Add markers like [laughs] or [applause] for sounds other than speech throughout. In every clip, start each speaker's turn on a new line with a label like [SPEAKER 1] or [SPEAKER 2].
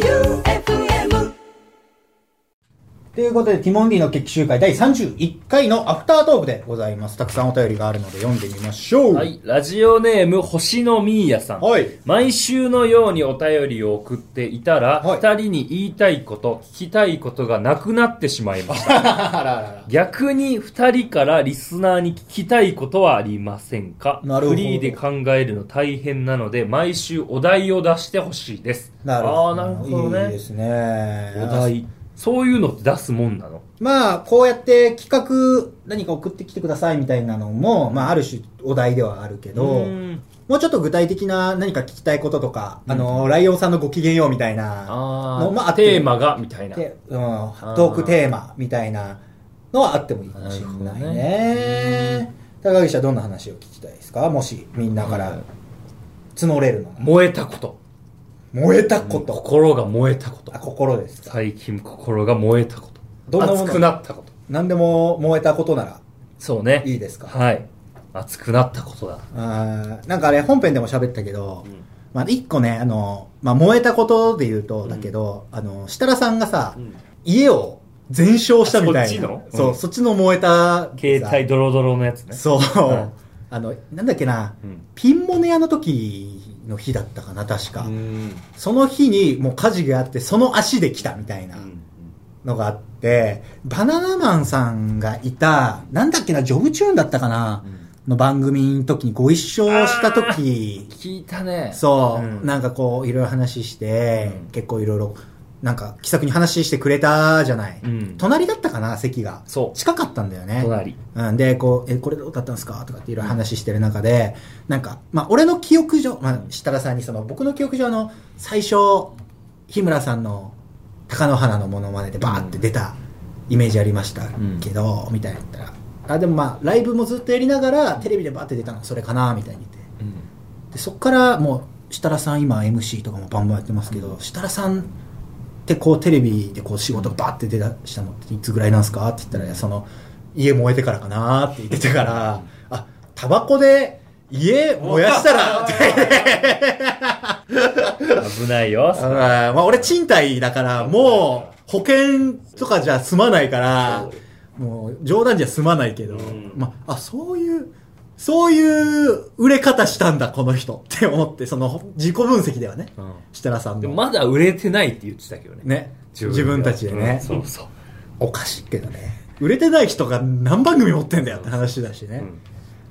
[SPEAKER 1] J-O-E-U-F-M
[SPEAKER 2] ということで、ティモンディの決起集会第31回のアフタートークでございます。たくさんお便りがあるので読んでみましょう。
[SPEAKER 3] は。い、ラジオネーム星野みーやさん、
[SPEAKER 2] はい
[SPEAKER 3] 毎週のようにお便りを送っていたら、
[SPEAKER 2] はい
[SPEAKER 3] 2人に言いたいこと聞きたいことがなくなってしまいま
[SPEAKER 2] [laughs]
[SPEAKER 3] した
[SPEAKER 2] あらあらあら
[SPEAKER 3] 逆に2人からリスナーに聞きたいことはありませんか
[SPEAKER 2] なるほど
[SPEAKER 3] フリーで考えるの大変なので毎週お題を出してほしいです
[SPEAKER 2] なるほど。
[SPEAKER 3] あーなるほどね
[SPEAKER 2] いいですね。
[SPEAKER 3] お題そういうのって出すもんなの
[SPEAKER 2] まあ、こうやって企画、何か送ってきてくださいみたいなのも、まあ、ある種お題ではあるけど、
[SPEAKER 3] うん
[SPEAKER 2] もうちょっと具体的な何か聞きたいこととか、あの、ライオンさんのご機嫌ようみたいな、
[SPEAKER 3] あ
[SPEAKER 2] の
[SPEAKER 3] ー、
[SPEAKER 2] まあ
[SPEAKER 3] テーマがみたいな
[SPEAKER 2] でうん、トークテーマみたいなのはあってもいいかもしれないね。高岸はどんな話を聞きたいですかもし、みんなから募れるのなら
[SPEAKER 3] 燃えたこと
[SPEAKER 2] 燃えたこと。
[SPEAKER 3] 心が燃えたこと
[SPEAKER 2] あ、心ですか。
[SPEAKER 3] 最近心が燃えたこと
[SPEAKER 2] どんなもの
[SPEAKER 3] 熱くなったこと
[SPEAKER 2] 何でも燃えたことなら
[SPEAKER 3] そうね
[SPEAKER 2] いいですか。
[SPEAKER 3] はい熱くなったことだ
[SPEAKER 2] あーなんかあれ本編でも喋ったけど、
[SPEAKER 3] うん
[SPEAKER 2] まあ一個ね、あの、まあ燃えたことで言うとだけど、あの、設楽さんがさ、家を全焼したみたいな。
[SPEAKER 3] あそっちの
[SPEAKER 2] そう、
[SPEAKER 3] うん
[SPEAKER 2] そっちの燃えた。
[SPEAKER 3] 携帯ドロドロのやつね
[SPEAKER 2] そう、
[SPEAKER 3] はい
[SPEAKER 2] あの、なんだっけな、
[SPEAKER 3] うん
[SPEAKER 2] ピンモネ屋の時の日だったかな、確か。
[SPEAKER 3] うん
[SPEAKER 2] その日にもう火事があって、その足で来たみたいなのがあって、バナナマンさんがいた、なんだっけな、ジョブチューンだったかな、の番組の時にご一緒した時、
[SPEAKER 3] 聞いたね
[SPEAKER 2] そう、
[SPEAKER 3] うん
[SPEAKER 2] なんかこう、いろいろ話して、
[SPEAKER 3] うん
[SPEAKER 2] 結構いろいろ、なんか気さくに話してくれたじゃない。
[SPEAKER 3] うん
[SPEAKER 2] 隣だったかな、席が。
[SPEAKER 3] そう
[SPEAKER 2] 近かったんだよね。
[SPEAKER 3] 隣
[SPEAKER 2] うん、で、こう、え、これどうだったんですかとかっていろいろ話してる中で、なんか、まあ、俺の記憶上、まあ、設楽さんにその、僕の記憶上の、最初、日村さんの、貴乃花のモノマネでバーって出たイメージありましたけど、みたいな言ったら、あ、でもまあ、ライブもずっとやりながら、テレビでバーって出たの、それかな、みたいに言って。で、そっからもう、設楽さん今 MC とかもバンバンやってますけど、設楽さんってこうテレビでこう仕事がバーって出だしたのっていつぐらいなんですかって言ったらいや、その、家燃えてからかなーって言ってたから、あ、タバコで家燃やしたらって
[SPEAKER 3] 危ないよ
[SPEAKER 2] あー [laughs] まあ俺賃貸だから、もう保険とかじゃ済まないから、もう冗談じゃ済まないけど、
[SPEAKER 3] ん
[SPEAKER 2] まあ、あ、そういう、そういう売れ方したんだ、この人って思って、その自己分析ではね、
[SPEAKER 3] うん
[SPEAKER 2] 設楽さん
[SPEAKER 3] で
[SPEAKER 2] の。
[SPEAKER 3] もまだ売れてないって言ってたけどね
[SPEAKER 2] ね、自分たちで
[SPEAKER 3] うん
[SPEAKER 2] ね、
[SPEAKER 3] そうそう
[SPEAKER 2] おかしいけどね。売れてない人が何番組持ってんだよって話だしね。
[SPEAKER 3] うん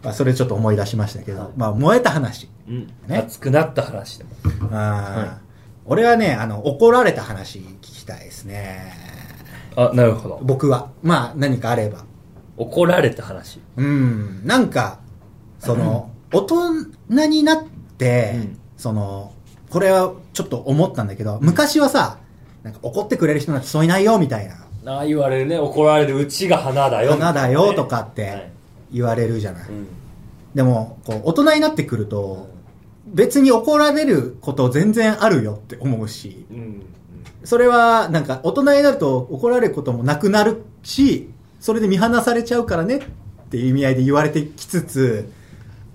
[SPEAKER 2] まあ、それちょっと思い出しましたけど、まあ、燃えた話。
[SPEAKER 3] うん
[SPEAKER 2] ね
[SPEAKER 3] 熱くなった話でも
[SPEAKER 2] あー俺はね、あの、怒られた話聞きたいですね。
[SPEAKER 3] あなるほど
[SPEAKER 2] 僕は。まあ、何かあれば。
[SPEAKER 3] 怒られた話
[SPEAKER 2] うん。なんか、その、大人になって、
[SPEAKER 3] うん
[SPEAKER 2] その、これはちょっと思ったんだけど、昔はさ、なんか怒ってくれる人なんてそういないよ、みたいな。
[SPEAKER 3] ああ言われるね怒られるうちが花だよ
[SPEAKER 2] 花だよ、とかっ
[SPEAKER 3] は
[SPEAKER 2] て
[SPEAKER 3] い
[SPEAKER 2] 言われるじゃない。
[SPEAKER 3] うん
[SPEAKER 2] でも、こう、大人になってくると、別に怒られること全然あるよって思うし、
[SPEAKER 3] うん
[SPEAKER 2] それはなんか大人になると怒られることもなくなるしそれで見放されちゃうからねっていう意味合いで言われてきつつ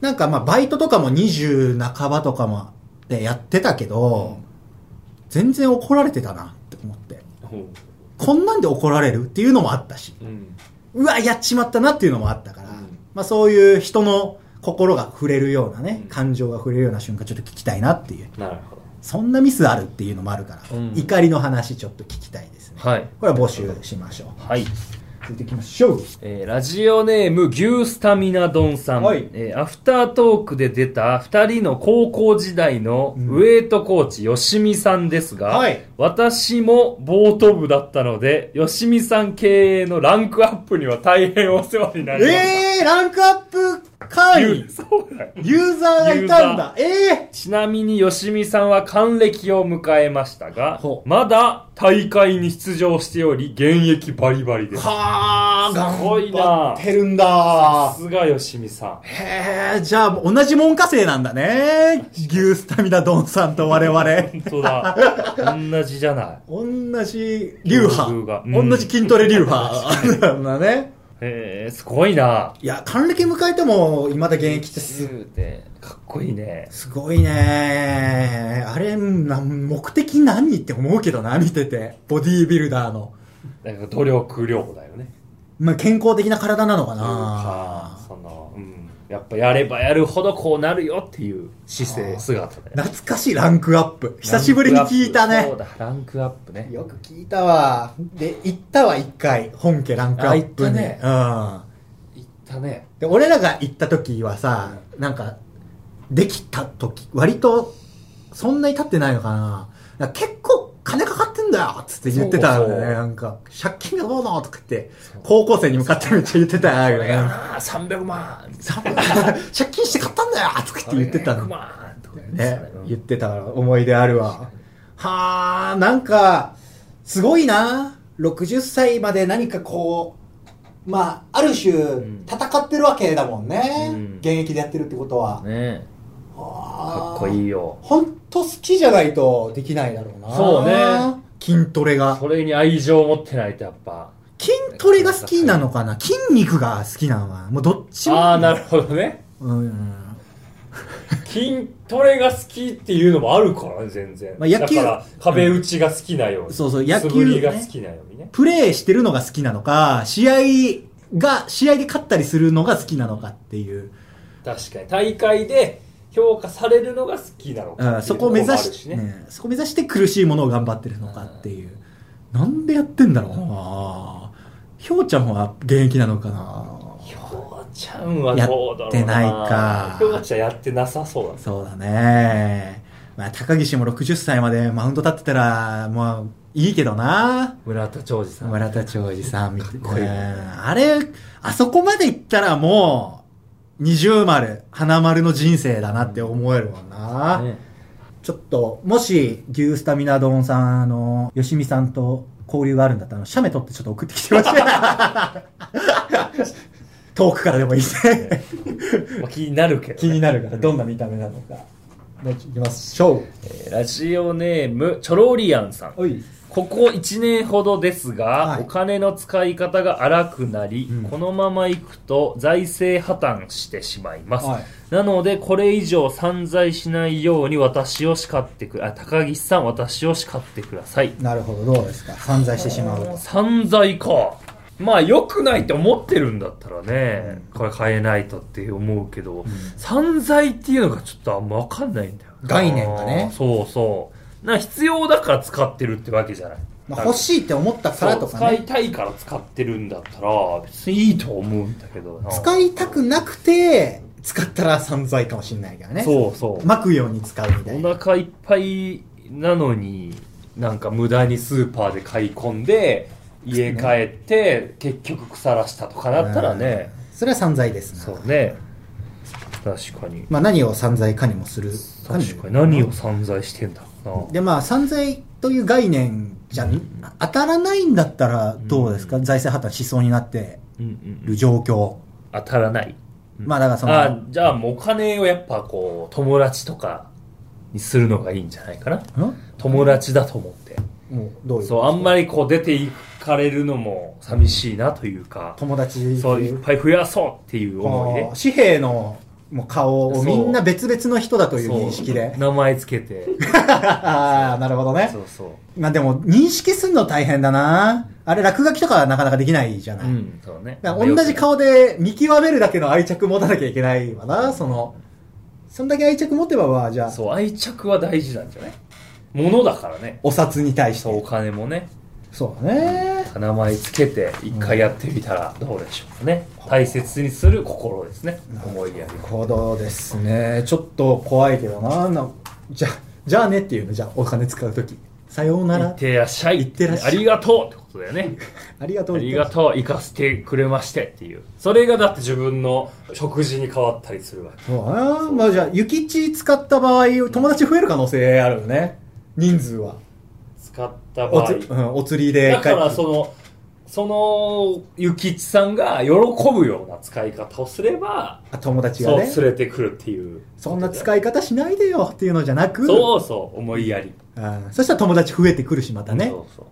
[SPEAKER 2] なんかまあバイトとかも20半ばとかまでやってたけど、全然怒られてたなって思って
[SPEAKER 3] うん
[SPEAKER 2] こんなんで怒られるっていうのもあったし
[SPEAKER 3] うん
[SPEAKER 2] うわやっちまったなっていうのもあったから、
[SPEAKER 3] うん
[SPEAKER 2] まあ、そういう人の心が触れるようなね、
[SPEAKER 3] うん
[SPEAKER 2] 感情が触れるような瞬間ちょっと聞きたいなっていう
[SPEAKER 3] なるほど
[SPEAKER 2] そんなミスあるっていうのもあるから、
[SPEAKER 3] うん
[SPEAKER 2] 怒りの話ちょっと聞きたいですね
[SPEAKER 3] はい
[SPEAKER 2] これは募集しましょう。
[SPEAKER 3] はい
[SPEAKER 2] 続いていきましょう。
[SPEAKER 3] えーラジオネーム牛スタミナ丼さん、
[SPEAKER 2] はい
[SPEAKER 3] えーアフタートークで出た2人の高校時代の
[SPEAKER 2] うん
[SPEAKER 3] ウエイトコーチ吉見さんですが、
[SPEAKER 2] はい
[SPEAKER 3] 私もボート部だったので吉見さん経営のランクアップには大変お世話になりました、
[SPEAKER 2] えー、ランクアップ会
[SPEAKER 3] ゆ
[SPEAKER 2] 員
[SPEAKER 3] うそうだよ
[SPEAKER 2] ユーザーがいたんだえ
[SPEAKER 3] ちなみに吉見さんは還暦を迎えましたが
[SPEAKER 2] ほう
[SPEAKER 3] まだ大会に出場しており現役バリバリで
[SPEAKER 2] ー
[SPEAKER 3] す
[SPEAKER 2] はー、頑
[SPEAKER 3] すごいな
[SPEAKER 2] 張ってるん
[SPEAKER 3] さ
[SPEAKER 2] だ
[SPEAKER 3] すが吉見さん
[SPEAKER 2] へー、じゃあもう同じ文科生なんだね。牛スタミナドンさんと我々。
[SPEAKER 3] 本当だ同じじゃない
[SPEAKER 2] 同じ流派
[SPEAKER 3] 流派。うん
[SPEAKER 2] [laughs] 同じ筋トレ流派。なんだね。
[SPEAKER 3] えー、すごいない
[SPEAKER 2] や、還暦迎えても、未だ現役ってす
[SPEAKER 3] 10でかっこいいね
[SPEAKER 2] すごいねあれ、なん目的何って思うけどな、見てて。ボディービルダーの。
[SPEAKER 3] なんか努力量だよね
[SPEAKER 2] まあ、健康的な体なのか
[SPEAKER 3] か
[SPEAKER 2] な
[SPEAKER 3] その、うん、やっぱやればやるほどこうなるよっていう姿勢姿で
[SPEAKER 2] 懐かしいランクアップ。久しぶりに聞いた
[SPEAKER 3] ランクアップそ
[SPEAKER 2] ね
[SPEAKER 3] う。だランクアップね
[SPEAKER 2] よく聞いたわ。で、行ったわ、一回。本家ランクアップに。
[SPEAKER 3] あ行っ
[SPEAKER 2] うん。
[SPEAKER 3] いったね
[SPEAKER 2] で、俺らが行った時はさ、なんか、できた時、割と、そんなに経ってないのかな。なんか結構、金かかってんだよつって言ってたんだ
[SPEAKER 3] そう
[SPEAKER 2] よ
[SPEAKER 3] そう
[SPEAKER 2] ね。なんか、借金がどうのとか言って
[SPEAKER 3] そう、
[SPEAKER 2] 高校生に向かってめっちゃ言ってたよ
[SPEAKER 3] これが
[SPEAKER 2] ね。
[SPEAKER 3] な300万
[SPEAKER 2] さ [laughs] 借金して買ったんだよとか言って言ってた
[SPEAKER 3] 300
[SPEAKER 2] の。
[SPEAKER 3] 万とか
[SPEAKER 2] ね、言
[SPEAKER 3] 言
[SPEAKER 2] っ
[SPEAKER 3] って
[SPEAKER 2] た思い出あるわ。はあ、なんか、すごいな。60歳まで何かこう、まあ、ある種、
[SPEAKER 3] ん
[SPEAKER 2] 戦ってるわけだもんね。
[SPEAKER 3] うん
[SPEAKER 2] 現役でやってるってことは。
[SPEAKER 3] ねか
[SPEAKER 2] か
[SPEAKER 3] っこい
[SPEAKER 2] い。
[SPEAKER 3] いよ
[SPEAKER 2] ほんと好きじゃないとできないだろうな。
[SPEAKER 3] そうね。
[SPEAKER 2] 筋トレが
[SPEAKER 3] そ。れに愛情を持ってないとやっぱ
[SPEAKER 2] 筋トレが好きなのかな筋肉が好きなのかなもうどっちも。
[SPEAKER 3] ああなるほどね
[SPEAKER 2] うん。
[SPEAKER 3] 筋トレが好きっていうのもあるからね全然、
[SPEAKER 2] まあ野球
[SPEAKER 3] だから壁打ちが好きなように、
[SPEAKER 2] そうそう野球ね
[SPEAKER 3] 素振りが好きなようにね
[SPEAKER 2] プレーしてるのが好きなのか、試合が、試合で勝ったりするのが好きなのかっていう。
[SPEAKER 3] 確かに大会で評価されるのが好きなのかっていううのもあ
[SPEAKER 2] ん、そこを目指
[SPEAKER 3] る
[SPEAKER 2] し、ね、そこを目指して苦しいものを頑張ってるのかっていう。なんでやってんだろうなひょうちゃんは現役なのかな
[SPEAKER 3] ひょうちゃんはどうだろうな
[SPEAKER 2] やってないか
[SPEAKER 3] ひょうちゃんやってなさそうだ
[SPEAKER 2] そうだね。まあ、高岸も60歳までマウンド立ってたら、まあ、いいけどな
[SPEAKER 3] 村田兆治さん
[SPEAKER 2] 村田兆治さんみたい
[SPEAKER 3] かっこいい
[SPEAKER 2] な。あれ、あそこまで行ったらもう、二重丸、花丸の人生だなって思えるもんな。
[SPEAKER 3] ね
[SPEAKER 2] ちょっと、もし、牛スタミナ丼さん、あの、吉見さんと交流があるんだったら、写メ撮ってちょっと送ってきてほしい。 [laughs] 遠くからでもいいですね。
[SPEAKER 3] まあ気になるけど
[SPEAKER 2] [laughs]
[SPEAKER 3] ね、
[SPEAKER 2] 気になるから、どんな見た目なのか。いきましょ
[SPEAKER 3] えーラジオネームチョロリアンさん
[SPEAKER 2] う。おい。
[SPEAKER 3] ここ1年ほどですが、
[SPEAKER 2] はい
[SPEAKER 3] お金の使い方が荒くなり、
[SPEAKER 2] うん
[SPEAKER 3] このままいくと財政破綻してしまいます、
[SPEAKER 2] はい
[SPEAKER 3] なのでこれ以上散財しないように私を叱ってくあ高岸さん私を叱ってください
[SPEAKER 2] なるほど、どうですか散財してしまうと。
[SPEAKER 3] 散財かまあ良くないって思ってるんだったらね、これ変えないとって思うけど、散財っていうのがちょっとあんま分かんないんだよな
[SPEAKER 2] 概念がね
[SPEAKER 3] そうそうな必要だから使ってるってわけじゃない、
[SPEAKER 2] まあ、欲しいって思ったからとか
[SPEAKER 3] そう使
[SPEAKER 2] ね
[SPEAKER 3] い。たいから使ってるんだったら別にいいと思うんだけどな
[SPEAKER 2] 使いたくなくて、使ったら散財かもしれないけどね。
[SPEAKER 3] そうそう、
[SPEAKER 2] 巻くように使うみたいな。
[SPEAKER 3] お腹いっぱいなのになんか無駄にスーパーで買い込んで家帰って結局腐らしたとかなったらね、
[SPEAKER 2] それは散財ですな。
[SPEAKER 3] そうね確かに
[SPEAKER 2] まあ何を散財かにもする。
[SPEAKER 3] 確かに何を散財してんだろうな
[SPEAKER 2] でまあ散財という概念じゃ、当たらないんだったらどうですか、
[SPEAKER 3] う
[SPEAKER 2] 財政破綻しそうになって
[SPEAKER 3] うんうんう
[SPEAKER 2] る
[SPEAKER 3] ん
[SPEAKER 2] 状況。
[SPEAKER 3] 当たらない
[SPEAKER 2] まあだからそ
[SPEAKER 3] あ
[SPEAKER 2] の、
[SPEAKER 3] じゃあもうお金をやっぱこう友達とかにするのがいいんじゃないかなん友達だと思って
[SPEAKER 2] もうどういう
[SPEAKER 3] そう、あんまりこう出ていかれるのも寂しいなというか、
[SPEAKER 2] 友達
[SPEAKER 3] そう、いっぱい増やそうっていう思い
[SPEAKER 2] こう紙幣のもう顔をみんな別々の人だと
[SPEAKER 3] で。
[SPEAKER 2] いう認識で
[SPEAKER 3] そう。名前つけて。
[SPEAKER 2] [laughs] ああ、なるほどね
[SPEAKER 3] そ。うそ
[SPEAKER 2] まあでも認識すんの大変だな。あれ落書きとかなかなかできないじゃな
[SPEAKER 3] う。う
[SPEAKER 2] い。
[SPEAKER 3] ん、そうね。
[SPEAKER 2] だから同じ顔で見極めるだけの愛着持たなきゃいけないわな、その。そんだけ愛着持てばまあ、じゃあ、
[SPEAKER 3] そう、愛着は大事なんじゃないものだからね。
[SPEAKER 2] お札に対して
[SPEAKER 3] そう、。お金もね。
[SPEAKER 2] そうだね。
[SPEAKER 3] 名前つけて、一回やってみたらどうでしょうかね。大切にする心ですね。思いやり。
[SPEAKER 2] 行動ですね。ちょっと怖いけどな。なじゃ、じゃあねっていうの、じゃあお金使うとき。さようないら
[SPEAKER 3] っ。てらっしゃい。
[SPEAKER 2] いってらっしゃい
[SPEAKER 3] ありがとうってことだよね。
[SPEAKER 2] ありがとう。
[SPEAKER 3] ありがとう、行かせてくれましてっていう。それがだって自分の食事に変わったりするわけ。
[SPEAKER 2] そうだな。まあじゃあ、諭吉使った場合、友達増える可能性あるよね。人数は。
[SPEAKER 3] 使った場
[SPEAKER 2] お
[SPEAKER 3] 合
[SPEAKER 2] つ。うん、お釣りで
[SPEAKER 3] だからそ
[SPEAKER 2] の、
[SPEAKER 3] の、その、ゆきちさんが喜ぶような使い方をすれば、
[SPEAKER 2] あ友達
[SPEAKER 3] そ
[SPEAKER 2] がね。
[SPEAKER 3] う、連れてくるっていう。
[SPEAKER 2] そんな使い方しないでよっていうのじゃなく。
[SPEAKER 3] そうそう、思いやり。
[SPEAKER 2] うんそしたら友達増えてくるし、またね
[SPEAKER 3] そ。うそう。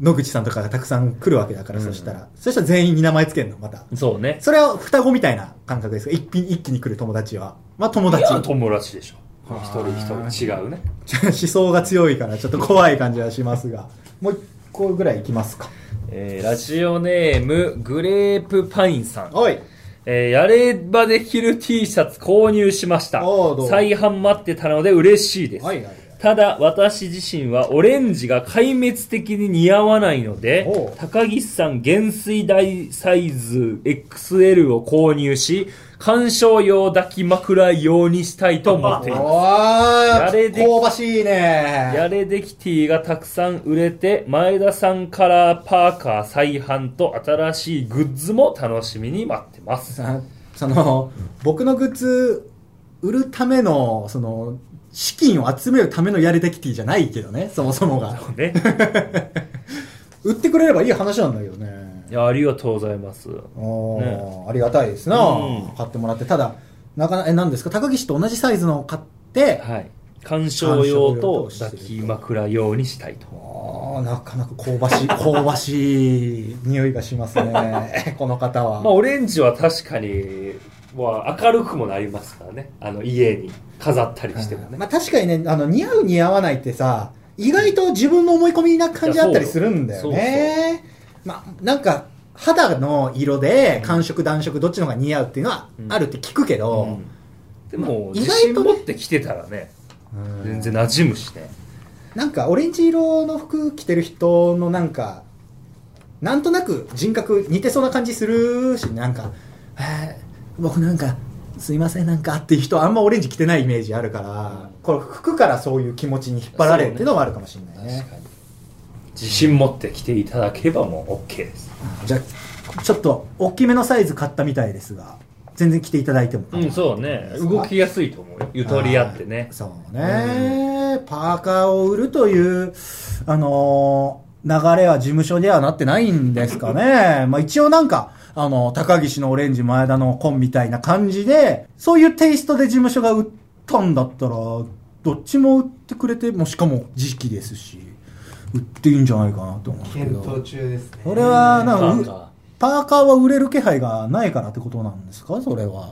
[SPEAKER 2] 野口さんとかがたくさん来るわけだから、
[SPEAKER 3] うん
[SPEAKER 2] そしたら。そしたら全員に名前つけるの、また。
[SPEAKER 3] そうね。
[SPEAKER 2] それは双子みたいな感覚ですか一気一気に来る友達は。まあ友達。
[SPEAKER 3] いや友達でしょ。
[SPEAKER 2] あー
[SPEAKER 3] 一人一人違うね。
[SPEAKER 2] 思想が強いからちょっと怖い感じはします
[SPEAKER 3] [laughs]
[SPEAKER 2] が。もう一個ぐらいいきますか。
[SPEAKER 3] えーラジオネーム、グレープパインさん。
[SPEAKER 2] おい
[SPEAKER 3] えーやればできる T シャツ購入しました
[SPEAKER 2] おーどう。
[SPEAKER 3] 再販待ってたので嬉しいです。
[SPEAKER 2] はいはい。
[SPEAKER 3] ただ、私自身はオレンジが壊滅的に似合わないので
[SPEAKER 2] おう、
[SPEAKER 3] 高岸さん減衰大サイズ XL を購入し、鑑賞用抱き枕用にしたいと思っています。
[SPEAKER 2] わ
[SPEAKER 3] やれで
[SPEAKER 2] ー、香ばしいね。
[SPEAKER 3] やれできティがたくさん売れて、前田さんからパーカー再販と新しいグッズも楽しみに待ってます。
[SPEAKER 2] さその、僕のグッズ、売るための、その、資金を集めるためのやれできティじゃないけどね、そもそもが。
[SPEAKER 3] ね。
[SPEAKER 2] 売ってくれればいい話なんだけどね。
[SPEAKER 3] いや、ありがとうございます。
[SPEAKER 2] おー
[SPEAKER 3] ね
[SPEAKER 2] ありがたいですな、
[SPEAKER 3] うん
[SPEAKER 2] 買ってもらってただなかなえ何ですか高岸と同じサイズのを買って、
[SPEAKER 3] はい。鑑賞用と
[SPEAKER 2] 鑑賞用と
[SPEAKER 3] 抱き枕用にしたいと。
[SPEAKER 2] あーなかなか香ばし
[SPEAKER 3] [laughs]
[SPEAKER 2] い香ばしい匂いがします
[SPEAKER 3] [laughs]
[SPEAKER 2] ねこの方は、
[SPEAKER 3] まあ、オレンジは確かに、は明るくもなりますからね。あの、家に飾ったりしてもね。
[SPEAKER 2] まあ、確かにねあの似合う似合わないってさ意外と自分の思い込みな感じあったりするんだよ
[SPEAKER 3] いや
[SPEAKER 2] ねまあなんか肌の色で寒色暖色どっちの方が似合うっていうのはあるって聞くけど、
[SPEAKER 3] うんでも、
[SPEAKER 2] まあ
[SPEAKER 3] 自信
[SPEAKER 2] 意外とね
[SPEAKER 3] 持ってきてたらね、
[SPEAKER 2] うん
[SPEAKER 3] 全然馴染むしね。
[SPEAKER 2] なんかオレンジ色の服着てる人のなんかなんとなく人格似てそうな感じするしなんか「えー僕なんかすいませんなんか」っていう人あんまオレンジ着てないイメージあるから、これ服からそういう気持ちに引っ張られるっていうのはあるかもしれないね
[SPEAKER 3] 確かに自信持ってきていただければもう OK です
[SPEAKER 2] じゃあちょっと大きめのサイズ買ったみたいですが全然着ていただいても
[SPEAKER 3] うんそうね
[SPEAKER 2] そう
[SPEAKER 3] 動きやすいと思うよゆとりあってね
[SPEAKER 2] そうね、パーカーを売るという、あのー流れは事務所ではなってないんですかね。 [laughs] まあ一応なんか、あの、高岸のオレンジ前田のコンみたいな感じで、そういうテイストで事務所が売ったんだったら、どっちも売ってくれて、もうしかも時期ですし、売っていいんじゃないかなと思うんですけ
[SPEAKER 4] 検討
[SPEAKER 2] ど。
[SPEAKER 4] 中ですね
[SPEAKER 2] それはな
[SPEAKER 3] パ
[SPEAKER 2] んかう
[SPEAKER 3] ーカー
[SPEAKER 2] パーカーは売れる気配がないからってことなんですかそれは。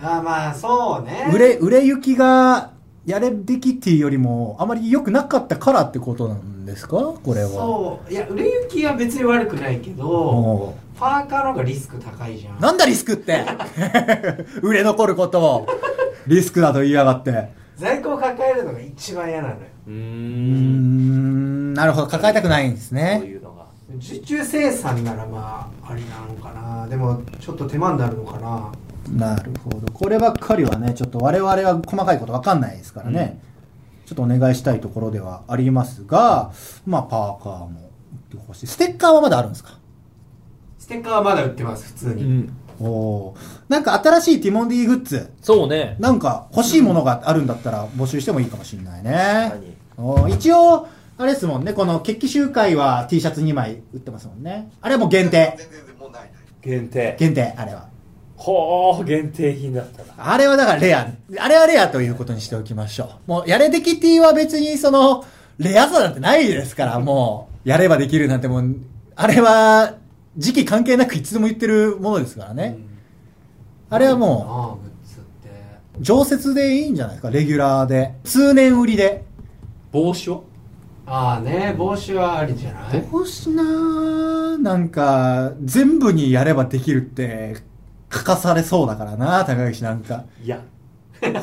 [SPEAKER 4] あまあそうね
[SPEAKER 2] 売れ売れ行きがやれべきティよりもあまり良くなかったからってことなんですかこれは
[SPEAKER 4] そういや売れ行きは別に悪くないけど
[SPEAKER 2] お
[SPEAKER 4] パーカーの方がリスク高いじゃ
[SPEAKER 2] うんなんだリスクって [laughs] 売れ残ることをリスクだと言いやがって
[SPEAKER 4] 在庫を抱えるのが一番嫌なのよ
[SPEAKER 3] うー
[SPEAKER 2] うー
[SPEAKER 3] ん
[SPEAKER 2] んなるほど抱えたくないんです
[SPEAKER 3] そう
[SPEAKER 2] ね
[SPEAKER 3] いうのが
[SPEAKER 4] 受注生産ならまあありなのかなでもちょっと手間になるのかな
[SPEAKER 2] なるほどこればっかりはねちょっと我々は細かいこと分かんないですからね、ちょっとお願いしたいところではありますがまあパーカーも売ってほしいステッカーはまだあるんですか
[SPEAKER 4] ステッカーはまだ売ってます普通
[SPEAKER 3] う
[SPEAKER 4] に、
[SPEAKER 3] ん
[SPEAKER 2] おーなんか新しいティモンディグッズ
[SPEAKER 3] そうね
[SPEAKER 2] なんか欲しいものがあるんだったら募集してもいいかもしれないね。
[SPEAKER 3] 何
[SPEAKER 2] おー一応、あれですもんね、この決起集会は T シャツ2枚売ってますもんね。あれはもう限定。
[SPEAKER 3] 限定
[SPEAKER 2] 限定、あれは。
[SPEAKER 3] ほー限定品だったな
[SPEAKER 2] あれはだからレア。あれはレアということにしておきましょう。もう、やれでき T は別にその、レアさなんてないですから、もう、やればできるなんてもう、あれは、時期関係なくいつでも言ってるものですからね。あれはもう、
[SPEAKER 4] ああグッズって
[SPEAKER 2] 常設でいいんじゃないですかレギュラーで通年売りで
[SPEAKER 3] 帽子は
[SPEAKER 4] ああね帽子はありじゃない
[SPEAKER 2] どうしななんか全部にやればできるって書かされそうだからな高岸なんか
[SPEAKER 3] いや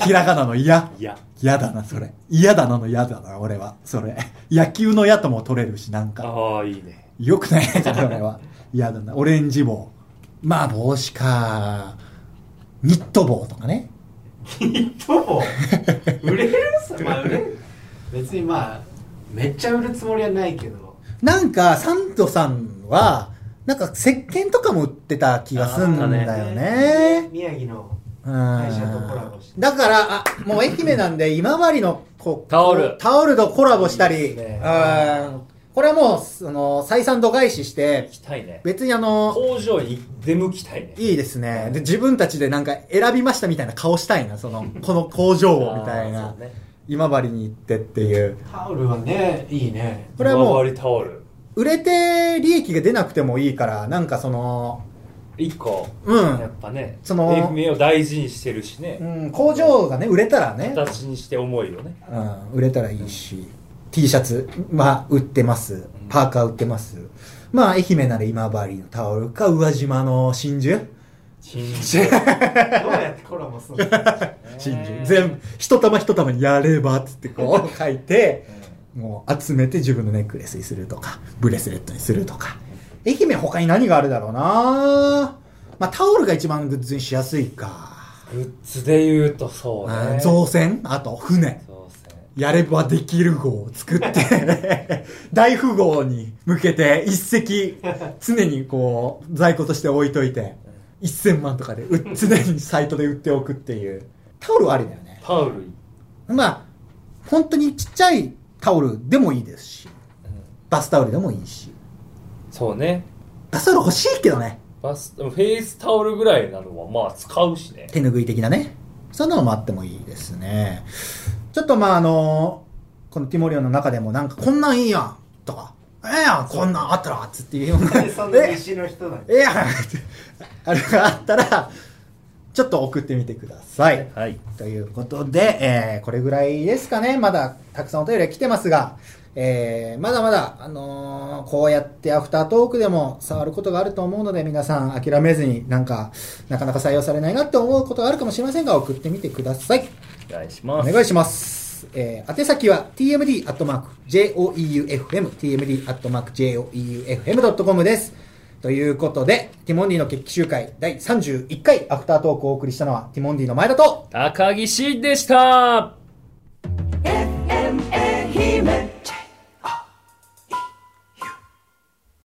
[SPEAKER 2] ひらがなの嫌
[SPEAKER 3] いや
[SPEAKER 2] 嫌だなそれ嫌だなの嫌だな俺はそれ野球の矢とも取れるしなんか
[SPEAKER 3] ああいいね
[SPEAKER 2] よくないやつだそれは嫌だなオレンジ帽まあ帽子かニット帽とかね
[SPEAKER 4] どう売れるさまあ売れる別にまあめっちゃ売るつもりはないけど
[SPEAKER 2] なんか、サンドさんは、なんか石鹸とかも売ってた気がすんだよね。
[SPEAKER 4] 宮城の
[SPEAKER 2] うん
[SPEAKER 4] 会社とコラボして
[SPEAKER 2] だから、あ、もう愛媛なんで今治のこう
[SPEAKER 3] タオル
[SPEAKER 2] タオルとコラボしたり、
[SPEAKER 3] いいですね
[SPEAKER 2] うんこれはもう、その、採算度外視して
[SPEAKER 3] 行、きたいね
[SPEAKER 2] 別にあの、
[SPEAKER 3] 工場に出向きたいね
[SPEAKER 2] いいですね。で、自分たちでなんか選びましたみたいな顔したいな、そ
[SPEAKER 3] [laughs]
[SPEAKER 2] の、この工場をみたい
[SPEAKER 3] あー
[SPEAKER 2] な
[SPEAKER 3] そう。ね
[SPEAKER 2] 今治に行ってっていう。
[SPEAKER 4] タオルはねいいね
[SPEAKER 2] これはもう
[SPEAKER 3] 周りタオル
[SPEAKER 2] 売れて利益が出なくてもいいから、なんかその、
[SPEAKER 3] 一個、
[SPEAKER 2] う
[SPEAKER 3] やっ
[SPEAKER 2] ん、
[SPEAKER 3] ぱね
[SPEAKER 2] その
[SPEAKER 3] FMA を大事にしてるしね、
[SPEAKER 2] うん、工場がね、売れたらね、
[SPEAKER 3] 形にして思いをね
[SPEAKER 2] うん、売れたらいいし、T シャツ、まあ、売ってます。パーカー売ってます。まあ、愛媛なら今治のタオルか、宇和島の真珠
[SPEAKER 3] 真
[SPEAKER 4] どうやってコラボするの
[SPEAKER 2] 真珠。全部、一玉一玉にやればっつってこ [laughs] う書いて、もう集めて自分のネックレスにするとか、ブレスレットにするとか。愛媛他に何があるだろうなまあ、タオルが一番グッズにしやすいか。
[SPEAKER 3] グッズで言うとそう
[SPEAKER 2] あ
[SPEAKER 3] ね
[SPEAKER 2] 造船あと、船。
[SPEAKER 3] 造船
[SPEAKER 2] やればできる号を作って、大富豪に向けて一石、常にこう、在庫として置いといて、1000万とかで売っ、常にサイトで売っておくっていう。タオルはありだよね。
[SPEAKER 3] タオル、
[SPEAKER 2] まあ、本当にちっちゃいタオルでもいいですし、バスタオルでもいいし。
[SPEAKER 3] そうね
[SPEAKER 2] バスタオル欲しいけどね。
[SPEAKER 3] バスフェイスタオルぐらいなのはまあ使うしね
[SPEAKER 2] 手拭い的なね。そんなのもあってもいいですね。ちょっとまああの、このティモリオンの中でもなんかこんなんいいやんとか、ええやんこんなんあったらっつっていうような
[SPEAKER 4] なんで [laughs] そんな西の人なの
[SPEAKER 2] ええやんってあれがあったら、ちょっと送ってみてください。
[SPEAKER 3] はい
[SPEAKER 2] ということで、えーこれぐらいですかね。まだたくさんお便りは来てますが、えーまだまだ、あのーこうやってアフタートークでも触ることがあると思うので、皆さん諦めずになんか、なかなか採用されないなって思うことがあるかもしれませんが、送ってみてください。
[SPEAKER 3] お願いし
[SPEAKER 2] お
[SPEAKER 3] ます
[SPEAKER 2] 願いします。えー、宛先は tmd.joeufm、tmd.joeufm.com です。ということで、ティモンディの決起集会第31回アフタートークをお送りしたのは、ティモンディの前田と、
[SPEAKER 3] 高岸でした